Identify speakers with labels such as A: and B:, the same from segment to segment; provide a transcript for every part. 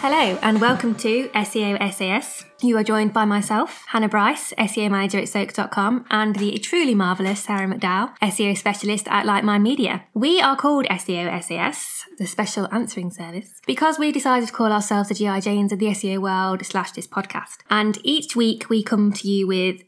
A: Hello and welcome to E SEO SAS. You are joined by myself, Hannah Bryce, SEO manager at Soak.com, and the truly marvellous Sarah McDowell, SEO specialist at Lightmind Media. We are called E SEO SAS, the special answering service, because we decided to call ourselves the GI Janes of the SEO world slash this podcast. And each week we come to you with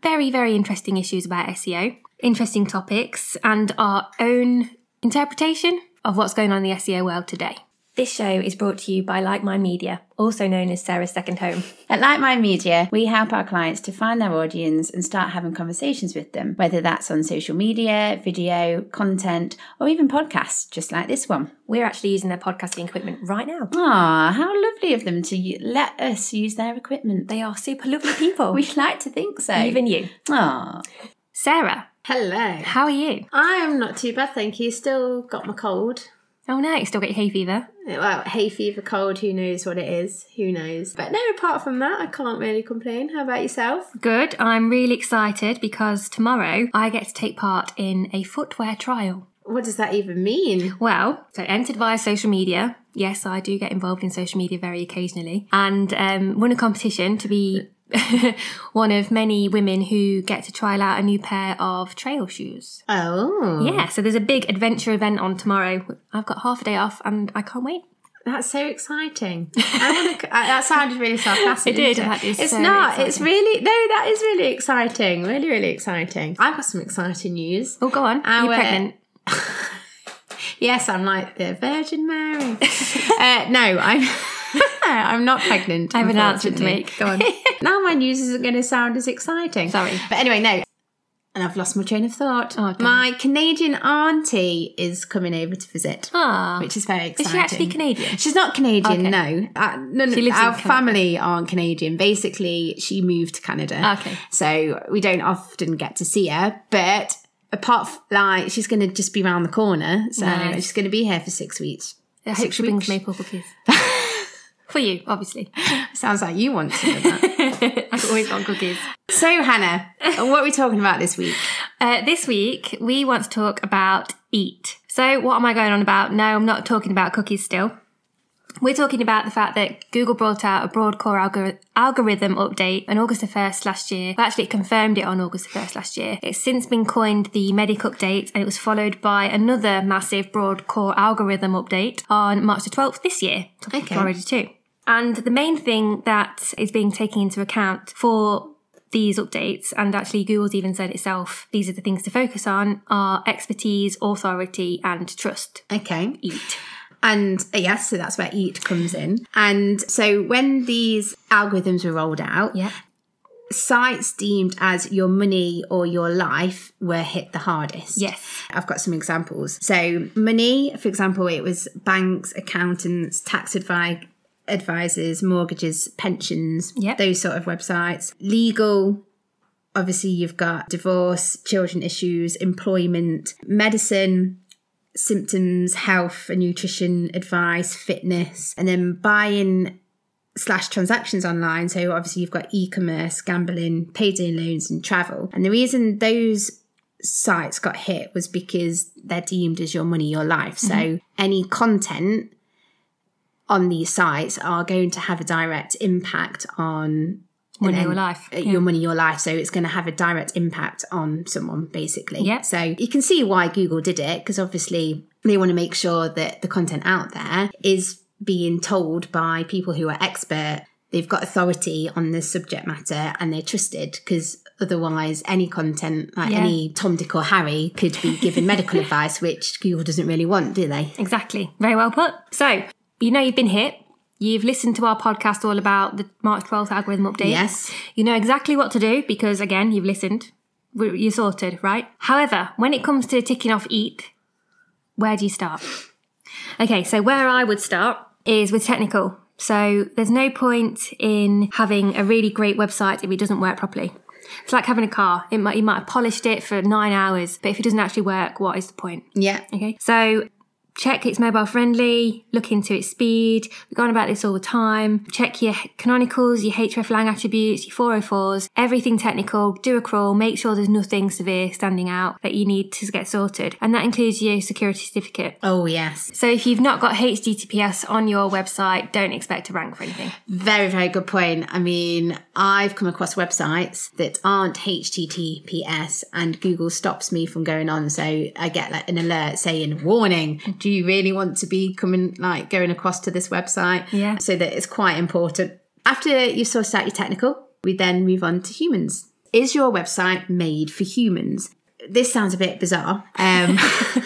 A: very, very interesting issues about SEO, interesting topics, and our own interpretation of what's going on in the SEO world today. This show is brought to you by Like Mind Media, also known as Sarah's Second Home.
B: At Lightmind Media, we help our clients to find their audience and start having conversations with them, whether that's on social media, video, content, or even podcasts, just like this one.
A: We're actually using their podcasting equipment right now.
B: Ah, how lovely of them to u- let us use their equipment.
A: They are super lovely people,
B: We like to think so.
A: even you.
B: Ah,
A: Sarah,
C: Hello.
A: how are you?
C: I am not too bad, thank you. Still got my cold. Eh,
A: Oh no, you still got your hay fever.
C: Well, hay fever, cold, who knows what it is? Who knows? But no, apart from that, I can't really complain. How about yourself?
A: Good. I'm really excited because tomorrow I get to take part in a footwear trial.
C: What does that even mean?
A: Well, so entered via social media. Yes, I do get involved in social media very occasionally, and um, won a competition to be one of many women who get to trial out a new pair of trail shoes.
C: Oh.
A: Yeah, so there's a big adventure event on tomorrow. I've got half a day off, and I can't wait.
C: That's so exciting. I wanna, c- I- that sounded really sarcastic.
A: It did,
C: didn't
A: that is
C: it's
A: so
C: not. It's
A: exciting.
C: really, no, that is really exciting. Really, really exciting. I've got some exciting news.
A: Oh, go on. You're
C: Our-
A: pregnant.
C: Yes, I'm like the Virgin Mary. uh, no, I'm. I'm not pregnant.
A: I have an announcement to
C: unfortunately.
A: make.
C: Go on. now my news isn't going to sound as exciting.
A: Sorry.
C: But anyway, no. And I've lost my train of thought.
A: Oh, damn.
C: my Canadian auntie is coming over to visit,
A: Ah,
C: which is very exciting.
A: is she actually Canadian?
C: She's not Canadian,
A: Okay.
C: no. Uh, none,
A: She lives in
C: our
A: Canada.
C: family aren't Canadian. Basically, she moved to Canada.
A: Okay.
C: So we don't often get to see her, but apart from, like, she's going to just be round the corner. So
A: Nice.
C: she's going to be here for six weeks.
A: I hope she brings maple cookies for you, obviously.
C: Sounds like you want to know that.
A: I've always got cookies.
C: so, Hannah, what are we talking about this week?
A: Uh, this week, we want to talk about eat. So, what am I going on about? No, I'm not talking about cookies still. We're talking about the fact that Google brought out a broad core algor- algorithm update on August the 1st last year. Well, actually, it confirmed it on August the 1st last year. It's since been coined the Medic update and it was followed by another massive broad core algorithm update on March the 12th this year.
C: Okay.
A: Already too. And the main thing that is being taken into account for these updates, and actually Google's even said itself, these are the things to focus on, are expertise, authority, and trust.
C: Okay.
A: Eat.
C: And uh, yes, so that's where eat comes in. And so when these algorithms were rolled out,
A: Yeah.
C: sites deemed as your money or your life were hit the hardest.
A: Yes.
C: I've got some examples. So, money, for example, it was banks, accountants, tax advi- advisors, mortgages, pensions,
A: Yep.
C: those sort of websites. Legal, obviously, you've got divorce, children issues, employment, medicine. Symptoms, health and nutrition advice, fitness, and then buying slash transactions online. So obviously you've got e-commerce, gambling, payday loans, and travel. And the reason those sites got hit was because they're deemed as your money, your life. So any content on these sites are going to have a direct impact on
A: Money
C: and
A: or life.
C: uh, your money, your life. So it's going to have a direct impact on someone, basically.
A: Yep.
C: So you can see why Google did it because obviously they want to make sure that the content out there is being told by people who are expert. They've got authority on the subject matter and they're trusted because otherwise any content like
A: Yeah.
C: any Tom Dick or Harry could be given medical advice which Google doesn't really want do they
A: Exactly. Very well put. So, you know you've been hit. You've listened to our podcast all about the March 12th algorithm update.
C: Yes.
A: You know exactly what to do because, again, you've listened. We- You're sorted, right? However, when it comes to ticking off eat, where do you start? Okay, so where I would start is with technical. So there's no point in having a really great website if it doesn't work properly. It's like having a car. It might, you might have polished it for nine hours, but if it doesn't actually work, what is the point?
C: yeah
A: Okay. So Check it's mobile friendly, look into its speed. We've gone about this all the time. Check your canonicals, your hreflang attributes, your 404s, everything technical. Do a crawl, make sure there's nothing severe standing out that you need to get sorted. And that includes your security certificate.
C: Oh, yes.
A: So if you've not got HTTPS on your website, don't expect to rank for anything.
C: Very, very good point. I mean, I've come across websites that aren't HTTPS and Google stops me from going on. So I get like an alert saying, warning, do you really want to be coming, like going across to this website?
A: Yeah.
C: So that it's quite important. After you've sorted out your technical, we then move on to humans. Is your website made for humans? This sounds a bit bizarre, um, but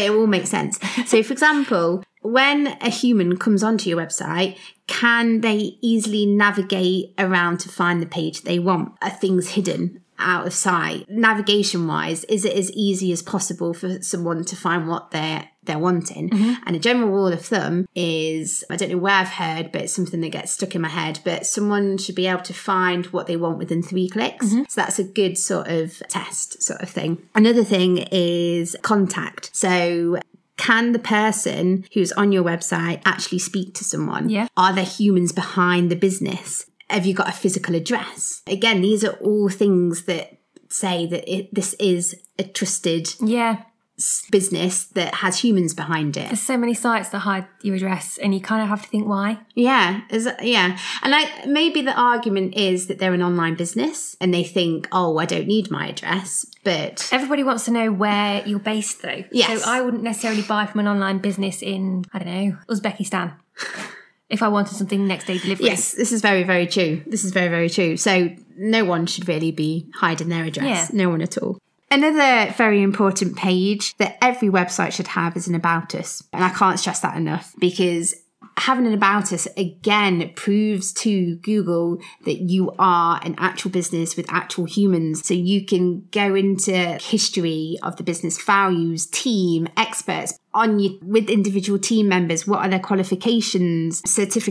C: it all makes sense. So, for example, when a human comes onto your website, can they easily navigate around to find the page they want? Are things hidden out of sight? Navigation wise, is it as easy as possible for someone to find what they're they're wanting? And a general rule of thumb is I don't know where I've heard, but it's something that gets stuck in my head. But someone should be able to find what they want within three clicks. So that's a good sort of test sort of thing. Another thing is contact. So can the person who's on your website actually speak to someone?
A: Yeah.
C: Are there humans behind the business? Have you got a physical address? Again, these are all things that say that it, this is a trusted
A: Yeah.
C: s- business that has humans behind it.
A: There's so many sites that hide your address and you kind of have to think why.
C: Yeah, is, yeah, and like maybe the argument is that they're an online business and they think, oh, I don't need my address, but
A: Everybody wants to know where you're based though.
C: Yes.
A: So I wouldn't necessarily buy from an online business in, I don't know, Uzbekistan if I wanted something next day delivery.
C: Yes, this is very, very true. This is very, very true. So no one should really be hiding their address.
A: Yeah.
C: No one at all. Another very important page that every website should have is an about us. And I can't stress that enough because having an about us again proves to Google that you are an actual business with actual humans. So you can go into history of the business, values, team, experts on you with individual team members. What are their qualifications,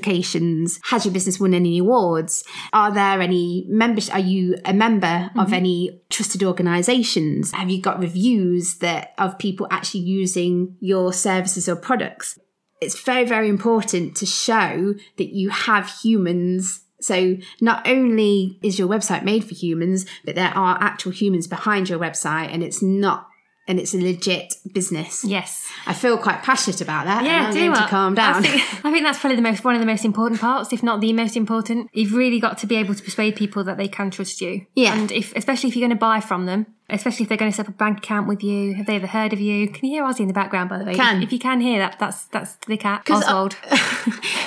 C: certifications? Has your business won any awards? Are there any members? Are you a member of any trusted organizations? Have you got reviews that of people actually using your services or products? it's very very important to show that you have humans so not only is your website made for humans but there are actual humans behind your website and it's not and it's a legit business
A: Yes.
C: i feel quite passionate about that and
A: Yeah,
C: i'm
A: do you
C: going
A: know
C: to
A: what?
C: calm down
A: I think, I think that's probably the most one of the most important parts, if not the most important. You've really got to be able to persuade people that they can trust you.
C: Yeah.
A: And if especially if you're going to buy from them, especially if they're going to set up a bank account with you, have they ever heard of you? Can you hear Ozzy in the background by the way?
C: Can.
A: If you can hear that, that's that's the cat
C: 'Cause I-
A: Oswald.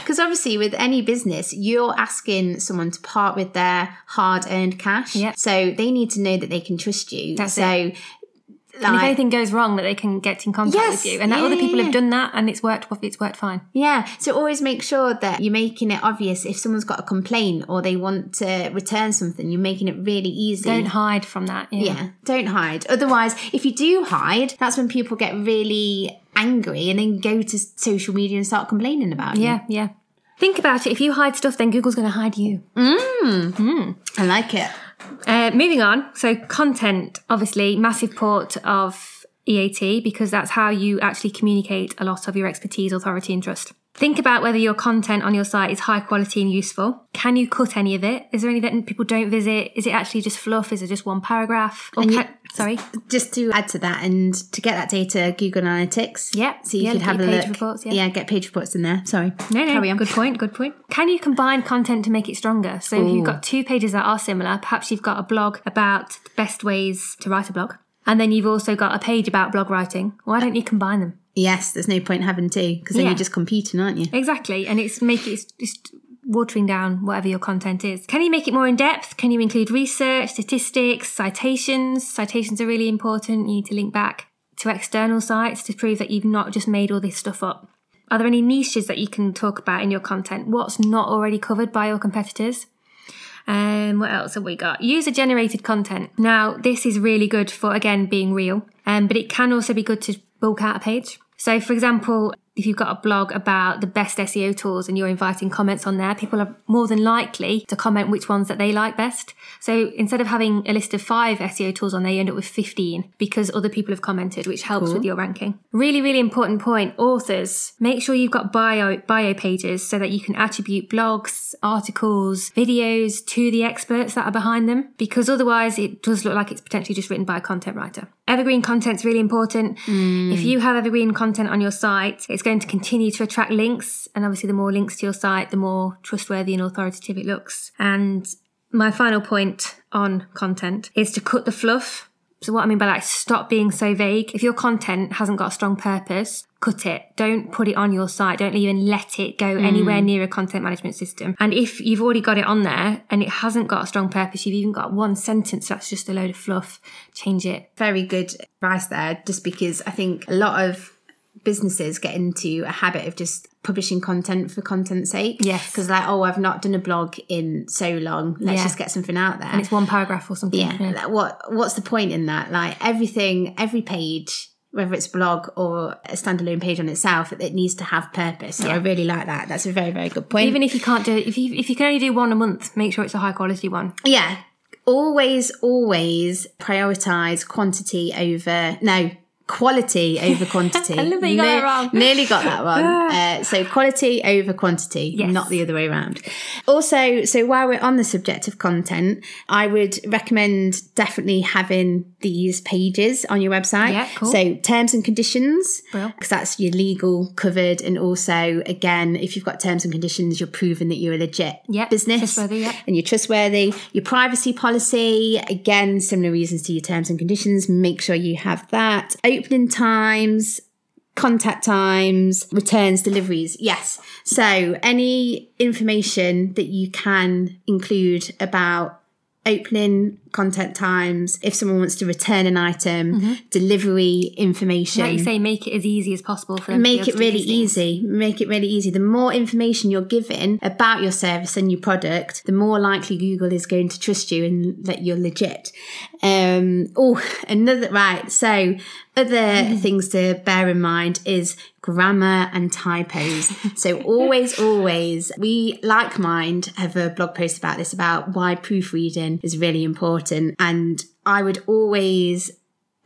C: because obviously with any business you're asking someone to part with their hard-earned cash
A: Yep.
C: so they need to know that they can trust you
A: That's
C: so
A: and if
C: like-
A: anything goes wrong, that they can get in contact
C: Yes,
A: with you, and that
C: yeah,
A: other
C: yeah,
A: people
C: yeah.
A: have done that, and it's worked. It's worked fine.
C: Yeah, so always make sure that you're making it obvious if someone's got a complaint or they want to return something, you're making it really easy.
A: Don't hide from that. Yeah.
C: yeah, don't hide. Otherwise, if you do hide, that's when people get really angry and then go to social media and start complaining about you.
A: yeah, yeah. Think about it. If you hide stuff, then Google's going to hide you.
C: I like it.
A: Uh, moving on. So, content, obviously, massive port of EAT because that's how you actually communicate a lot of your expertise, authority, and trust. Think about whether your content on your site is high quality and useful. Can you cut any of it? Is there any that people don't visit? Is it actually just fluff? Is it just one paragraph? Or
C: And you-
A: can- sorry.
C: Just to add to that and to get that data, Google Analytics.
A: Yeah,
C: So you
A: yeah,
C: could
A: get
C: have a
A: your page
C: look.
A: reports, yeah.
C: get page reports in there. Sorry.
A: No, no,
C: Carry on.
A: good point, good point. Can you combine content to make it stronger? So if you've got two pages that are similar, perhaps you've got a blog about the best ways to write a blog, and then you've also got a page about blog writing. Why don't you combine them?
C: Yes, there's no point having two because then
A: Yeah.
C: you're just competing, aren't you?
A: Exactly, and it's make it's just watering down whatever your content is. Can you make it more in depth? Can you include research, statistics, citations? Citations are really important. You need to link back to external sites to prove that you've not just made all this stuff up. Are there any niches that you can talk about in your content? What's not already covered by your competitors? Um, what else have we got? User generated content. Now, this is really good for, again, being real, um, but it can also be good to bulk out a page. So, for example, if you've got a blog about the best SEO tools and you're inviting comments on there, people are more than likely to comment which ones that they like best. So instead of having a list of five SEO tools on there, you end up with 15 because other people have commented, which helps with your ranking. Really, really important point. Authors, make sure you've got bio, bio pages so that you can attribute blogs, articles, videos to the experts that are behind them because otherwise it does look like it's potentially just written by a content writer. Evergreen content's really important. If you have evergreen content on your site, it's going to continue to attract links. And obviously, the more links to your site, the more trustworthy and authoritative it looks. And my final point on content is to cut the fluff. So, what I mean by that is stop being so vague. If your content hasn't got a strong purpose, cut it. Don't put it on your site. Don't even let it go
C: Hmm.
A: anywhere near a content management system. And if you've already got it on there and it hasn't got a strong purpose, you've even got one sentence that's just a load of fluff, change it.
C: very good advice there just because I think a lot of businesses get into a habit of just publishing content for content's sake.
A: Yes.
C: Because like, oh, I've not done a blog in so long. Let's
A: Yeah.
C: just get something out there.
A: And it's one paragraph or something.
C: yeah. Like, what what's the point in that? Like everything, every page whether it's blog or a standalone page on itself, it needs to have purpose. So I really like that. That's a very, very good point.
A: Even if you can't do if you if you can only do one a month, make sure it's a high quality one.
C: yeah always always prioritize quantity over no quality over quantity
A: I love that you got that wrong.
C: nearly got that one uh, so quality over quantity
A: Yes.
C: not the other way around also so while we're on the subject of content i would recommend definitely having these pages on your website
A: Yeah, cool.
C: so terms and conditions
A: Brill.
C: because that's your legal covered and also again if you've got terms and conditions you're proving that you're a legit
A: Yeah,
C: business
A: trustworthy, yeah.
C: and you're trustworthy. Your privacy policy, again, similar reasons to your terms and conditions, make sure you have that. Opening times, contact times, returns, deliveries. Yes. So, any information that you can include about opening contact times if someone wants to return an item
A: Mm-hmm.
C: delivery information
A: Like you say, make it as easy as possible for them. to be
C: make
A: able
C: it
A: to do
C: really
A: these things.
C: easy make it really easy the more information you're given about your service and your product the more likely google is going to trust you and that you're legit um oh another right so other things to bear in mind is grammar and typos so always always we like mind have a blog post about this about why proofreading is really important and i would always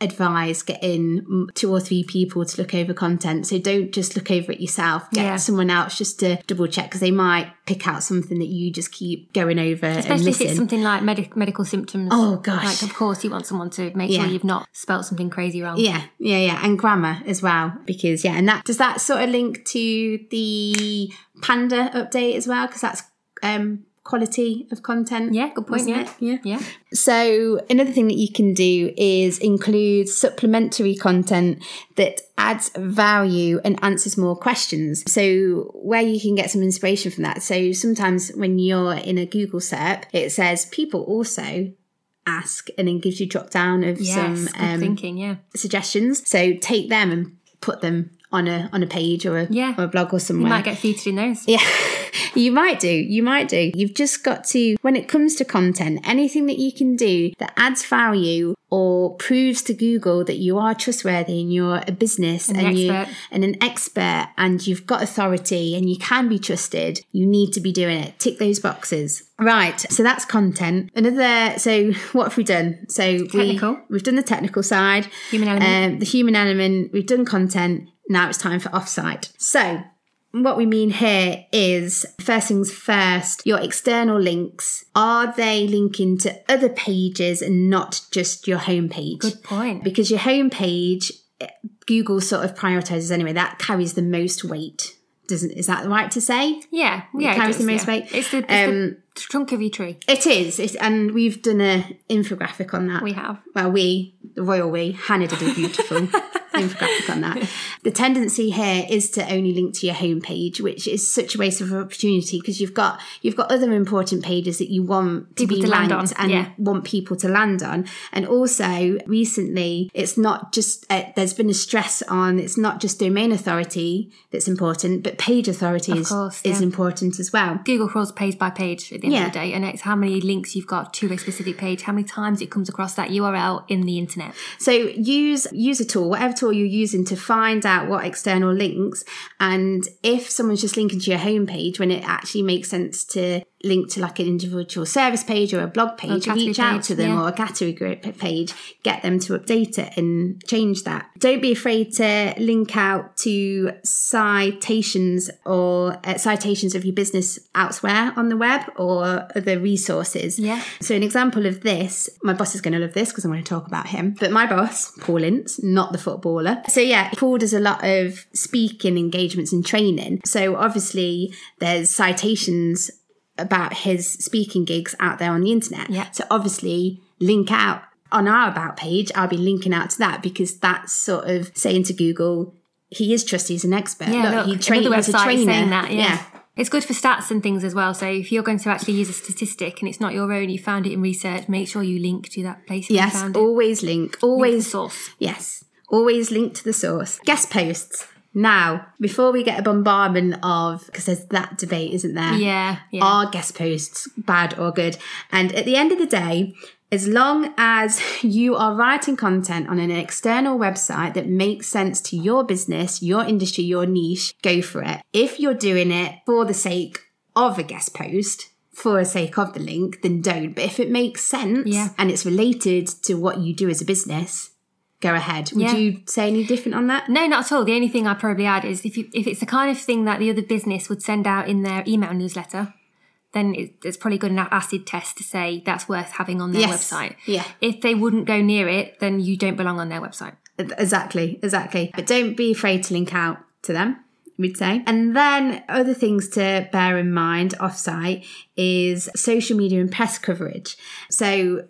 C: advise getting mm, two or three people to look over content. So don't just look over it yourself. Get
A: Yeah.
C: someone else just to double check because they might pick out something that you just keep going over and
A: Especially if it's
C: missing.
A: something like medic medical symptoms.
C: Oh, gosh.
A: Like of course you want someone to make
C: Yeah.
A: sure you've not spelt something crazy wrong.
C: Yeah, yeah, yeah, and grammar as well because yeah, and that does that sort of link to the Panda update as well because that's um quality of content.
A: Yeah, good point,
C: wasn't
A: yeah.
C: it? yeah.
A: Yeah.
C: So, another thing that you can do is include supplementary content that adds value and answers more questions. So, where you can get some inspiration from that. So, sometimes when you're in a Google SERP, it says people also ask and then gives you drop down of
A: Yes.
C: some
A: good
C: um,
A: thinking, yeah.
C: suggestions. So, take them and put them on a on a page or a,
A: Yeah.
C: or a blog or somewhere.
A: You might get featured in those.
C: Yeah, you might do. You might do. You've just got to, when it comes to content, anything that you can do that adds value or proves to Google that you are trustworthy and you're a business
A: an
C: and you
A: expert.
C: and an expert and you've got authority and you can be trusted, you need to be doing it. Tick those boxes. Right. So that's content. Another. So what have we done? So
A: Technical.
C: We, we've done the technical side.
A: Human element.
C: Um, the human element, we've done content, now it's time for offsite. So, what we mean here is first things first, your external links are they linking to other pages and not just your homepage?
A: Good point.
C: Because your homepage, eh, Google sort of prioritizes anyway, that carries the most weight. Doesn't, is that right to say?
A: yeah. Yeah.
C: carries
A: does,
C: the most
A: yeah.
C: weight.
A: It's the, it's the
C: Um,
A: trunk of your tree.
C: It is, it, and we've done a infographic on that.
A: We have.
C: Well, we, the royal we, Hannah did a beautiful infographic on that. The tendency here is to only link to your homepage, which is such a waste of opportunity because you've got you've got other important pages that you want to
A: People
C: be
A: to land
C: ranked
A: on,
C: and
A: yeah.
C: want people to land on. And also, recently, it's not just uh, there's been a stress on it's not just domain authority that's important, but page authority is,
A: course,
C: is
A: yeah.
C: important as well.
A: Google crawls page by page at the end
C: Yeah.
A: of the day, and it's how many links you've got to a specific page, how many times it comes across that URL in the internet.
C: So use use a tool, whatever tool tool you're using to find out what external links and if someone's just linking to your homepage when it actually makes sense to link to like an individual service page or a blog page,
A: category
C: reach out
A: page,
C: to them
A: yeah.
C: or a category group page, get them to update it and change that. Don't be afraid to link out to citations or uh, citations of your business elsewhere on the web or other resources.
A: Yeah.
C: So an example of this, my boss is going to love this because I'm going to talk about him. But my boss, Paul Ince, not the footballer. So yeah, Paul does a lot of speaking engagements and training. So obviously there's citations about his speaking gigs out there on the internet.
A: Yeah.
C: So obviously link out on our about page. I'll be linking out to that because that's sort of saying to Google, he is trusty as an expert.
A: Yeah,
C: look,
A: look,
C: he trained
A: another
C: as a
A: website
C: trainer.
A: saying that. Yeah.
C: yeah.
A: It's good for stats and things as well. So if you're going to actually use a statistic and it's not your own, you found it in research, make sure you link to that place. that you
C: Yes,
A: found it.
C: always link. Always
A: Link the source.
C: Yes, always link to the source. Guest posts. Now, before we get a bombardment of, because there's that debate, isn't there?
A: Yeah, yeah.
C: Are guest posts bad or good? And at the end of the day, as long as you are writing content on an external website that makes sense to your business, your industry, your niche, go for it. If you're doing it for the sake of a guest post, for the sake of the link, then don't. But if it makes sense
A: Yeah.
C: and it's related to what you do as a business, go ahead. Would
A: Yeah.
C: you say any different on that?
A: No, not at all. The only thing I'd probably add is if you, if it's the kind of thing that the other business would send out in their email newsletter, then it, it's probably good enough acid test to say that's worth having on their
C: Yes.
A: website.
C: Yeah.
A: If they wouldn't go near it, then you don't belong on their website.
C: Exactly, exactly. But don't be afraid to link out to them, we'd say. And then other things to bear in mind offsite is social media and press coverage. So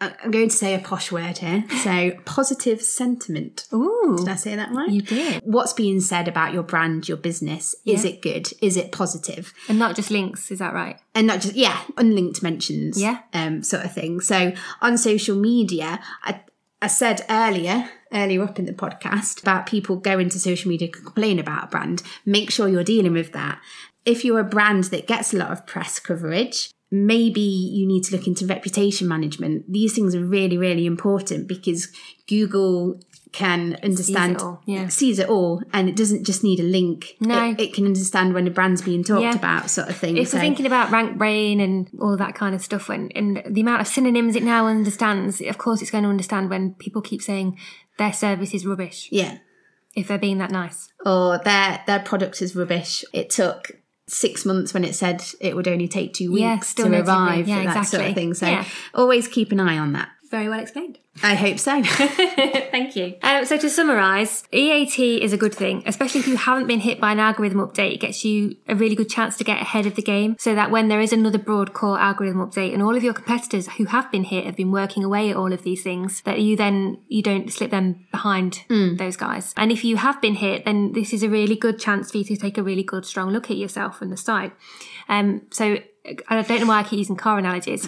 C: I- I'm going to say a posh word here. So positive sentiment.
A: Ooh,
C: Did I say that right?
A: you did,
C: What's being said about your brand, your business? Is
A: Yeah.
C: it good? Is it positive?
A: and not just links. Is that right?
C: and not just yeah unlinked mentions
A: Yeah.
C: um sort of thing so on social media i i said earlier earlier up in the podcast about people going to social media to complain about a brand make sure you're dealing with that if you're a brand that gets a lot of press coverage maybe you need to look into reputation management these things are really really important because google can understand
A: all, yeah.
C: sees it all and it doesn't just need a link
A: No.
C: it, it can understand when a brand's being talked
A: Yeah.
C: about sort of thing
A: If
C: So-
A: we're thinking about rank brain and all that kind of stuff, when and the amount of synonyms it now understands, of course it's going to understand when people keep saying their service is rubbish
C: yeah
A: if they're being that nice.
C: or Oh, their their product is rubbish. It took six months when it said it would only take two weeks
A: Yeah, still
C: to
A: no two
C: arrive,
A: weeks. Yeah,
C: that sort of
A: exactly.
C: thing. So
A: Yeah.
C: always keep an eye on that.
A: Very well explained.
C: I hope so.
A: Thank you. Um, so to summarise, EAT is a good thing, especially if you haven't been hit by an algorithm update. It gets you a really good chance to get ahead of the game, so that when there is another broad core algorithm update, and all of your competitors who have been hit have been working away at all of these things, that you then you don't slip them behind
C: Hmm.
A: those guys. And if you have been hit, then this is a really good chance for you to take a really good strong look at yourself from the side. Um, so I don't know why I keep using car analogies.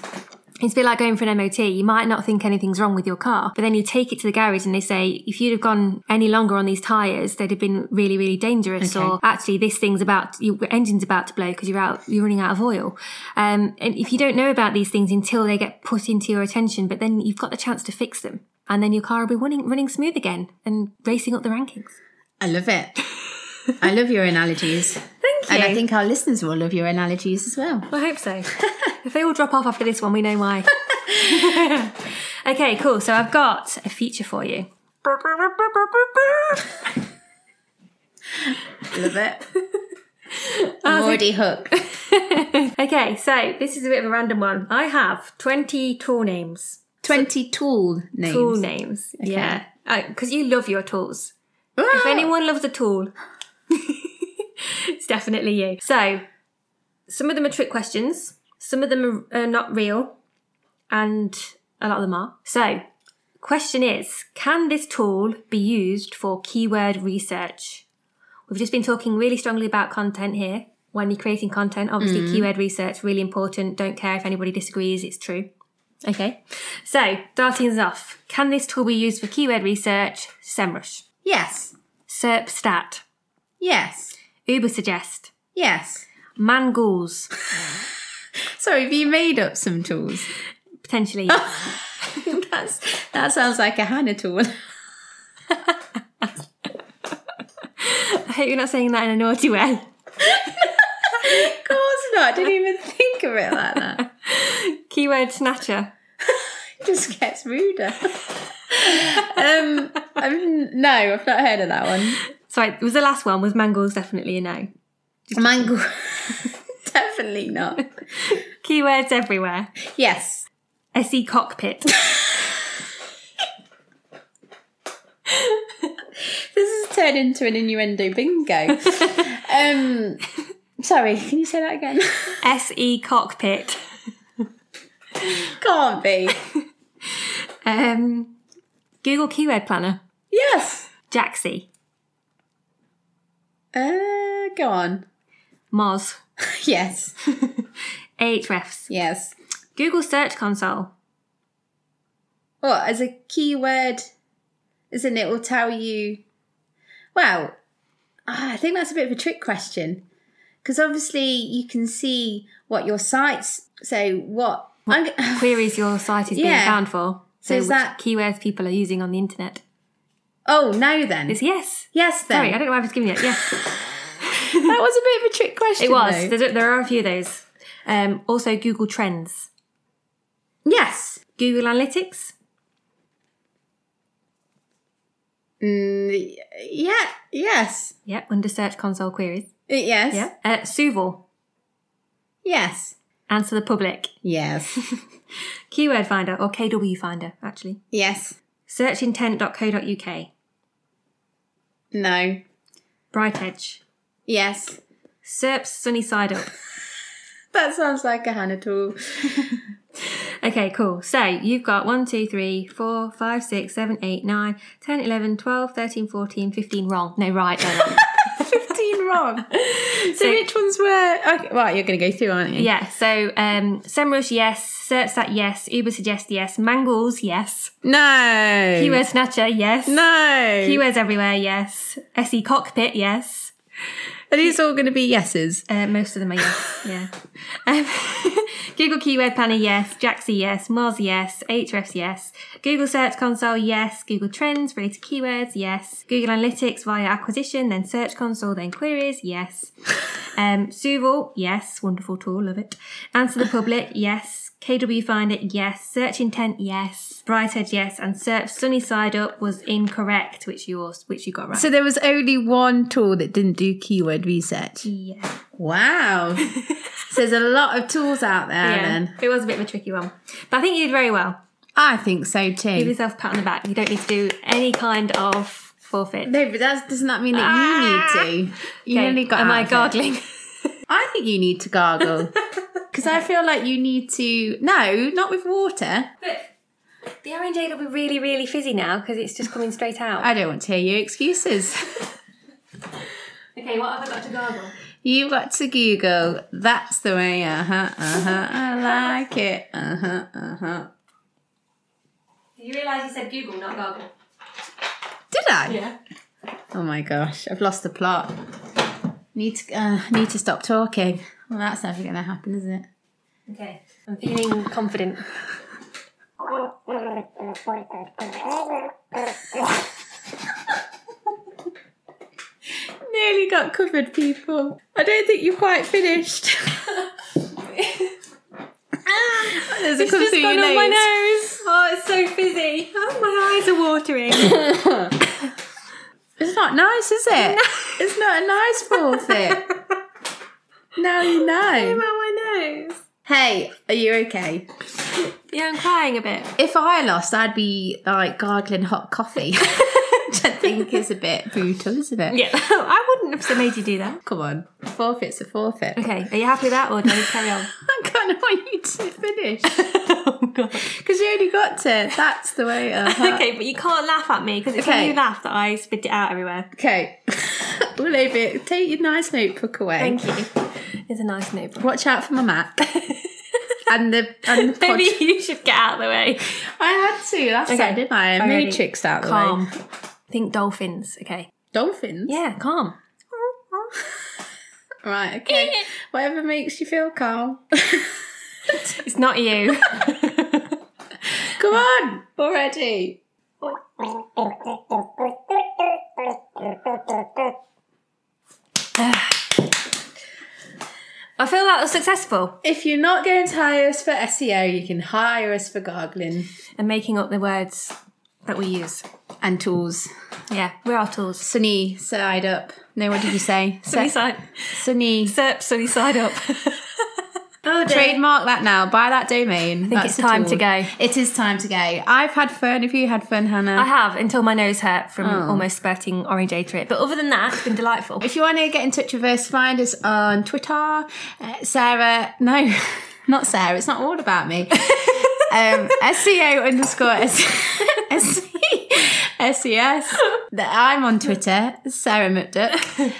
A: It's a bit like going for an MOT. You might not think anything's wrong with your car, but then you take it to the garage and they say, if you'd have gone any longer on these tyres, they'd have been really, really dangerous. Or actually, this thing's about, your engine's about to blow because you're out, you're running out of oil. Um, and if you don't know about these things until they get put into your attention, but then you've got the chance to fix them. And then your car will be running, running smooth again and racing up the rankings.
C: I love it. I love your analogies.
A: Thank
C: And I think our listeners will love your analogies as well.
A: I hope so. if they all drop off after this one, we know why. okay, cool. So I've got a feature for you.
C: Love it. I'm already hooked.
A: Okay, so this is a bit of a random one. I have 20 tool names.
C: Twenty tool names.
A: Tool names. Yeah. Because you love your tools. If anyone loves a tool, it's definitely you. So, some of them are trick questions, some of them are, are not real, and a lot of them are. So, question is can this tool be used for keyword research? We've just been talking really strongly about content here. When you're creating content, obviously keyword research really important. Don't care if anybody disagrees, it's true. Okay. So, starting us off, can this tool be used for keyword research? SEMrush.
C: Yes.
A: SERPstat,
C: Yes.
A: Uber Suggest,
C: Yes.
A: Mangools,
C: Sorry, have you made up some tools?
A: potentially.
C: That's that sounds like a Hannah tool.
A: hope you're not saying that in a naughty way.
C: of course not. I didn't even think of it like that.
A: Keyword snatcher.
C: It just gets ruder. um, I mean, no, I've not heard of that one.
A: Sorry, it was the last one. Was Mangles definitely a no?
C: Mango. Definitely not.
A: Keywords everywhere.
C: Yes.
A: SE cockpit.
C: This has turned into an innuendo bingo. um, sorry, can you say that again?
A: SE E cockpit.
C: Can't be.
A: Um, Google keyword planner.
C: Yes.
A: Jaxi.
C: Uh, go on.
A: Moz.
C: Yes.
A: Ahrefs.
C: Yes.
A: Google search console.
C: Well, as a keyword, isn't it? Will tell you. Well, ah, I think that's a bit of a trick question because obviously you can see what your sites. So what? I'm, g-
A: Queries your site is being
C: Yeah.
A: found for.
C: So is
A: which
C: that-
A: keywords people are using on the internet?
C: oh, now then.
A: It's yes.
C: yes, then.
A: Sorry, I don't know why I was giving you it. Yes,
C: that was a bit of a trick question.
A: it was.
C: though.
A: There's a- There are a few of those. Um, also, Google Trends.
C: Yes.
A: Google Analytics.
C: Mm, yeah. Yes.
A: Yep, under search console queries.
C: Uh, Yes.
A: Yeah. Uh, Suval.
C: Yes.
A: Answer the public.
C: Yes.
A: Keyword Finder or KW Finder, actually.
C: yes.
A: Searchintent.co.uk.
C: No.
A: Bright Edge.
C: Yes.
A: SERP's Sunny Side Up.
C: That sounds like a Hannah tool.
A: Okay, cool. So you've got 1, 2, 3, 4, 5, 6, 7, 8, 9, 10, 11, 12, 13, 14, 15. Wrong. No, right. No, wrong.
C: 15 wrong. So, which ones were. Okay, right, you're going to go through, aren't you?
A: yeah, so um, Semrush, yes. SearchSat, yes. Uber Suggest, yes. Mangles, yes.
C: No.
A: Keyword Snatcher, yes.
C: No.
A: Keywords Everywhere, yes. SE Cockpit, yes.
C: Are these all going to be yeses?
A: Uh, most of them are yes, yeah. Um, Google Keyword Planner, yes. Jaxi, yes. Moz, yes. Ahrefs, yes. Google Search Console, yes. Google Trends, related keywords, yes. Google Analytics via acquisition, then Search Console, then queries, yes. Um, Suval, yes. Wonderful tool, love it. Answer the Public, yes. KW Finder, yes. Search Intent, yes. Bright Edge, yes. And Search Sunny Side Up was incorrect, which you also, which you got right.
C: So there was only one tool that didn't do keyword research.
A: yeah.
C: Wow. so there's a lot of tools out there
A: Yeah,
C: then.
A: it was a bit of a tricky one, but I think you did very well.
C: I think so
A: Give
C: too.
A: yourself a pat on the back. You don't need to do any kind of forfeit.
C: No, but that doesn't that mean that you need to? You
A: Okay,
C: only got
A: Am
C: out
A: I
C: of it.
A: gargling?
C: I think you need to gargle. Because I feel like you need to. No, not with water.
A: the orange ale will be really, really fizzy now because it's just coming straight out.
C: I don't want to hear your excuses.
A: okay, what have I got to gargle?
C: You've got to Google. That's the way. Uh huh. Uh huh. I like it. Uh huh. Uh huh.
A: Did you realise you said Google, not gargle?
C: Did I?
A: Yeah.
C: Oh my gosh! I've lost the plot. Need to uh, need to stop talking. Well, that's never going to happen, is it?
A: Okay, I'm feeling confident.
C: Nearly got covered, people. I don't think you've quite finished. There's a come through your nose.
A: nose. Oh, it's so fizzy. Oh, my eyes are watering.
C: It's not nice, is it? It's not a nice forfeit. now you know.
A: my nose.
C: Hey, are you okay?
A: Yeah, I'm crying a bit.
C: If I lost, I'd be like gargling hot coffee, which I think is a bit brutal, isn't it?
A: Yeah, I wouldn't have made you do that.
C: Come on, forfeit's a forfeit.
A: Okay, are you happy with that or do I need to carry on?
C: I kind of want you to finish
A: oh, God.
C: because you only got to. That's the way. uh-huh.
A: Okay, but you can't laugh at me because it's
C: Okay.
A: when you laugh that I spit it out everywhere.
C: Okay. All over it. Take your nice notebook away.
A: Thank you. It's a nice notebook.
C: Watch out for my map and the and the pod.
A: Maybe you should get out of the way.
C: I had to last
A: Okay.
C: time, didn't I? I
A: Already.
C: mood tricks out the way.
A: Calm. Think dolphins. Okay.
C: Dolphins.
A: Yeah, calm.
C: Right. Okay. Whatever makes you feel calm.
A: It's not you.
C: Come on already.
A: I feel that was successful.
C: If you're not going to hire us for SEO, you can hire us for gargling
A: And making up the words that we use.
C: and tools.
A: Yeah, we're our tools.
C: Sunny side up. No, what did you say?
A: Sunny
C: Se-
A: side,
C: Sunny.
A: SERP, sunny side up.
C: Oh, Trademark that now. Buy that domain. I
A: think it's time to go.
C: It is time to go. I've had fun. Have you had fun, Hannah?
A: I have until my nose hurt from almost spurting orange ate But other than that, it's been delightful.
C: If you want to get in touch with us, find us on Twitter. Uh, Sarah, no, not Sarah. It's not all about me. um, SEO underscore S- S- E SES. I'm on Twitter, Sarah McDuck.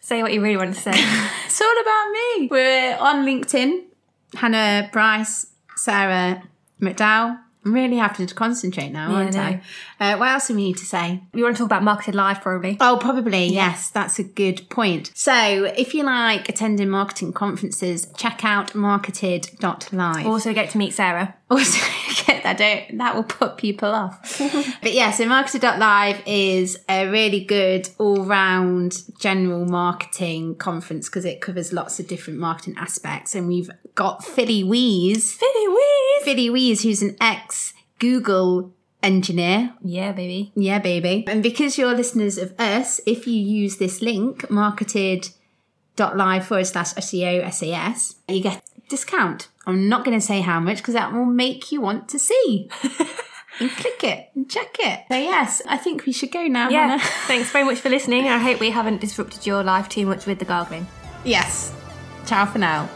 A: Say what you really want to say.
C: It's all about me. We're on LinkedIn, Hannah Bryce, Sarah McDowell. I'm really having to concentrate now, aren't
A: I
C: I? Uh, what else do we need to say?
A: we want to talk about marketed live, probably.
C: Oh, probably, yes. That's a good point. So, if you like attending marketing conferences, check out marketed.live.
A: Also, get to meet Sarah.
C: Also, get that don't that will put people off. but yeah, so marketer.live is a really good all-round general marketing conference because it covers lots of different marketing aspects. And we've got Philly Wees.
A: Billy Wees.
C: Philly Wees, who's an ex Google engineer.
A: Yeah, baby.
C: Yeah, baby. And because you're listeners of us, if you use this link, marketed.live forward slash E SEO SAS, you get a discount. I'm not going to say how much because that will make you want to see. and click it and check it. So, yes, I think we should go now.
A: Yeah.
C: Hannah.
A: Thanks very much for listening. I hope we haven't disrupted your life too much with the gargling.
C: Yes. Ciao for now.